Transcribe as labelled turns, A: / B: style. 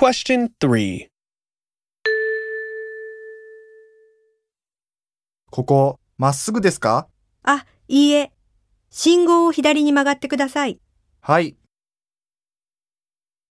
A: Question 3.
B: ここ、まっすぐですか
C: あ、いいえ。信号を左に曲がってください。
B: はい。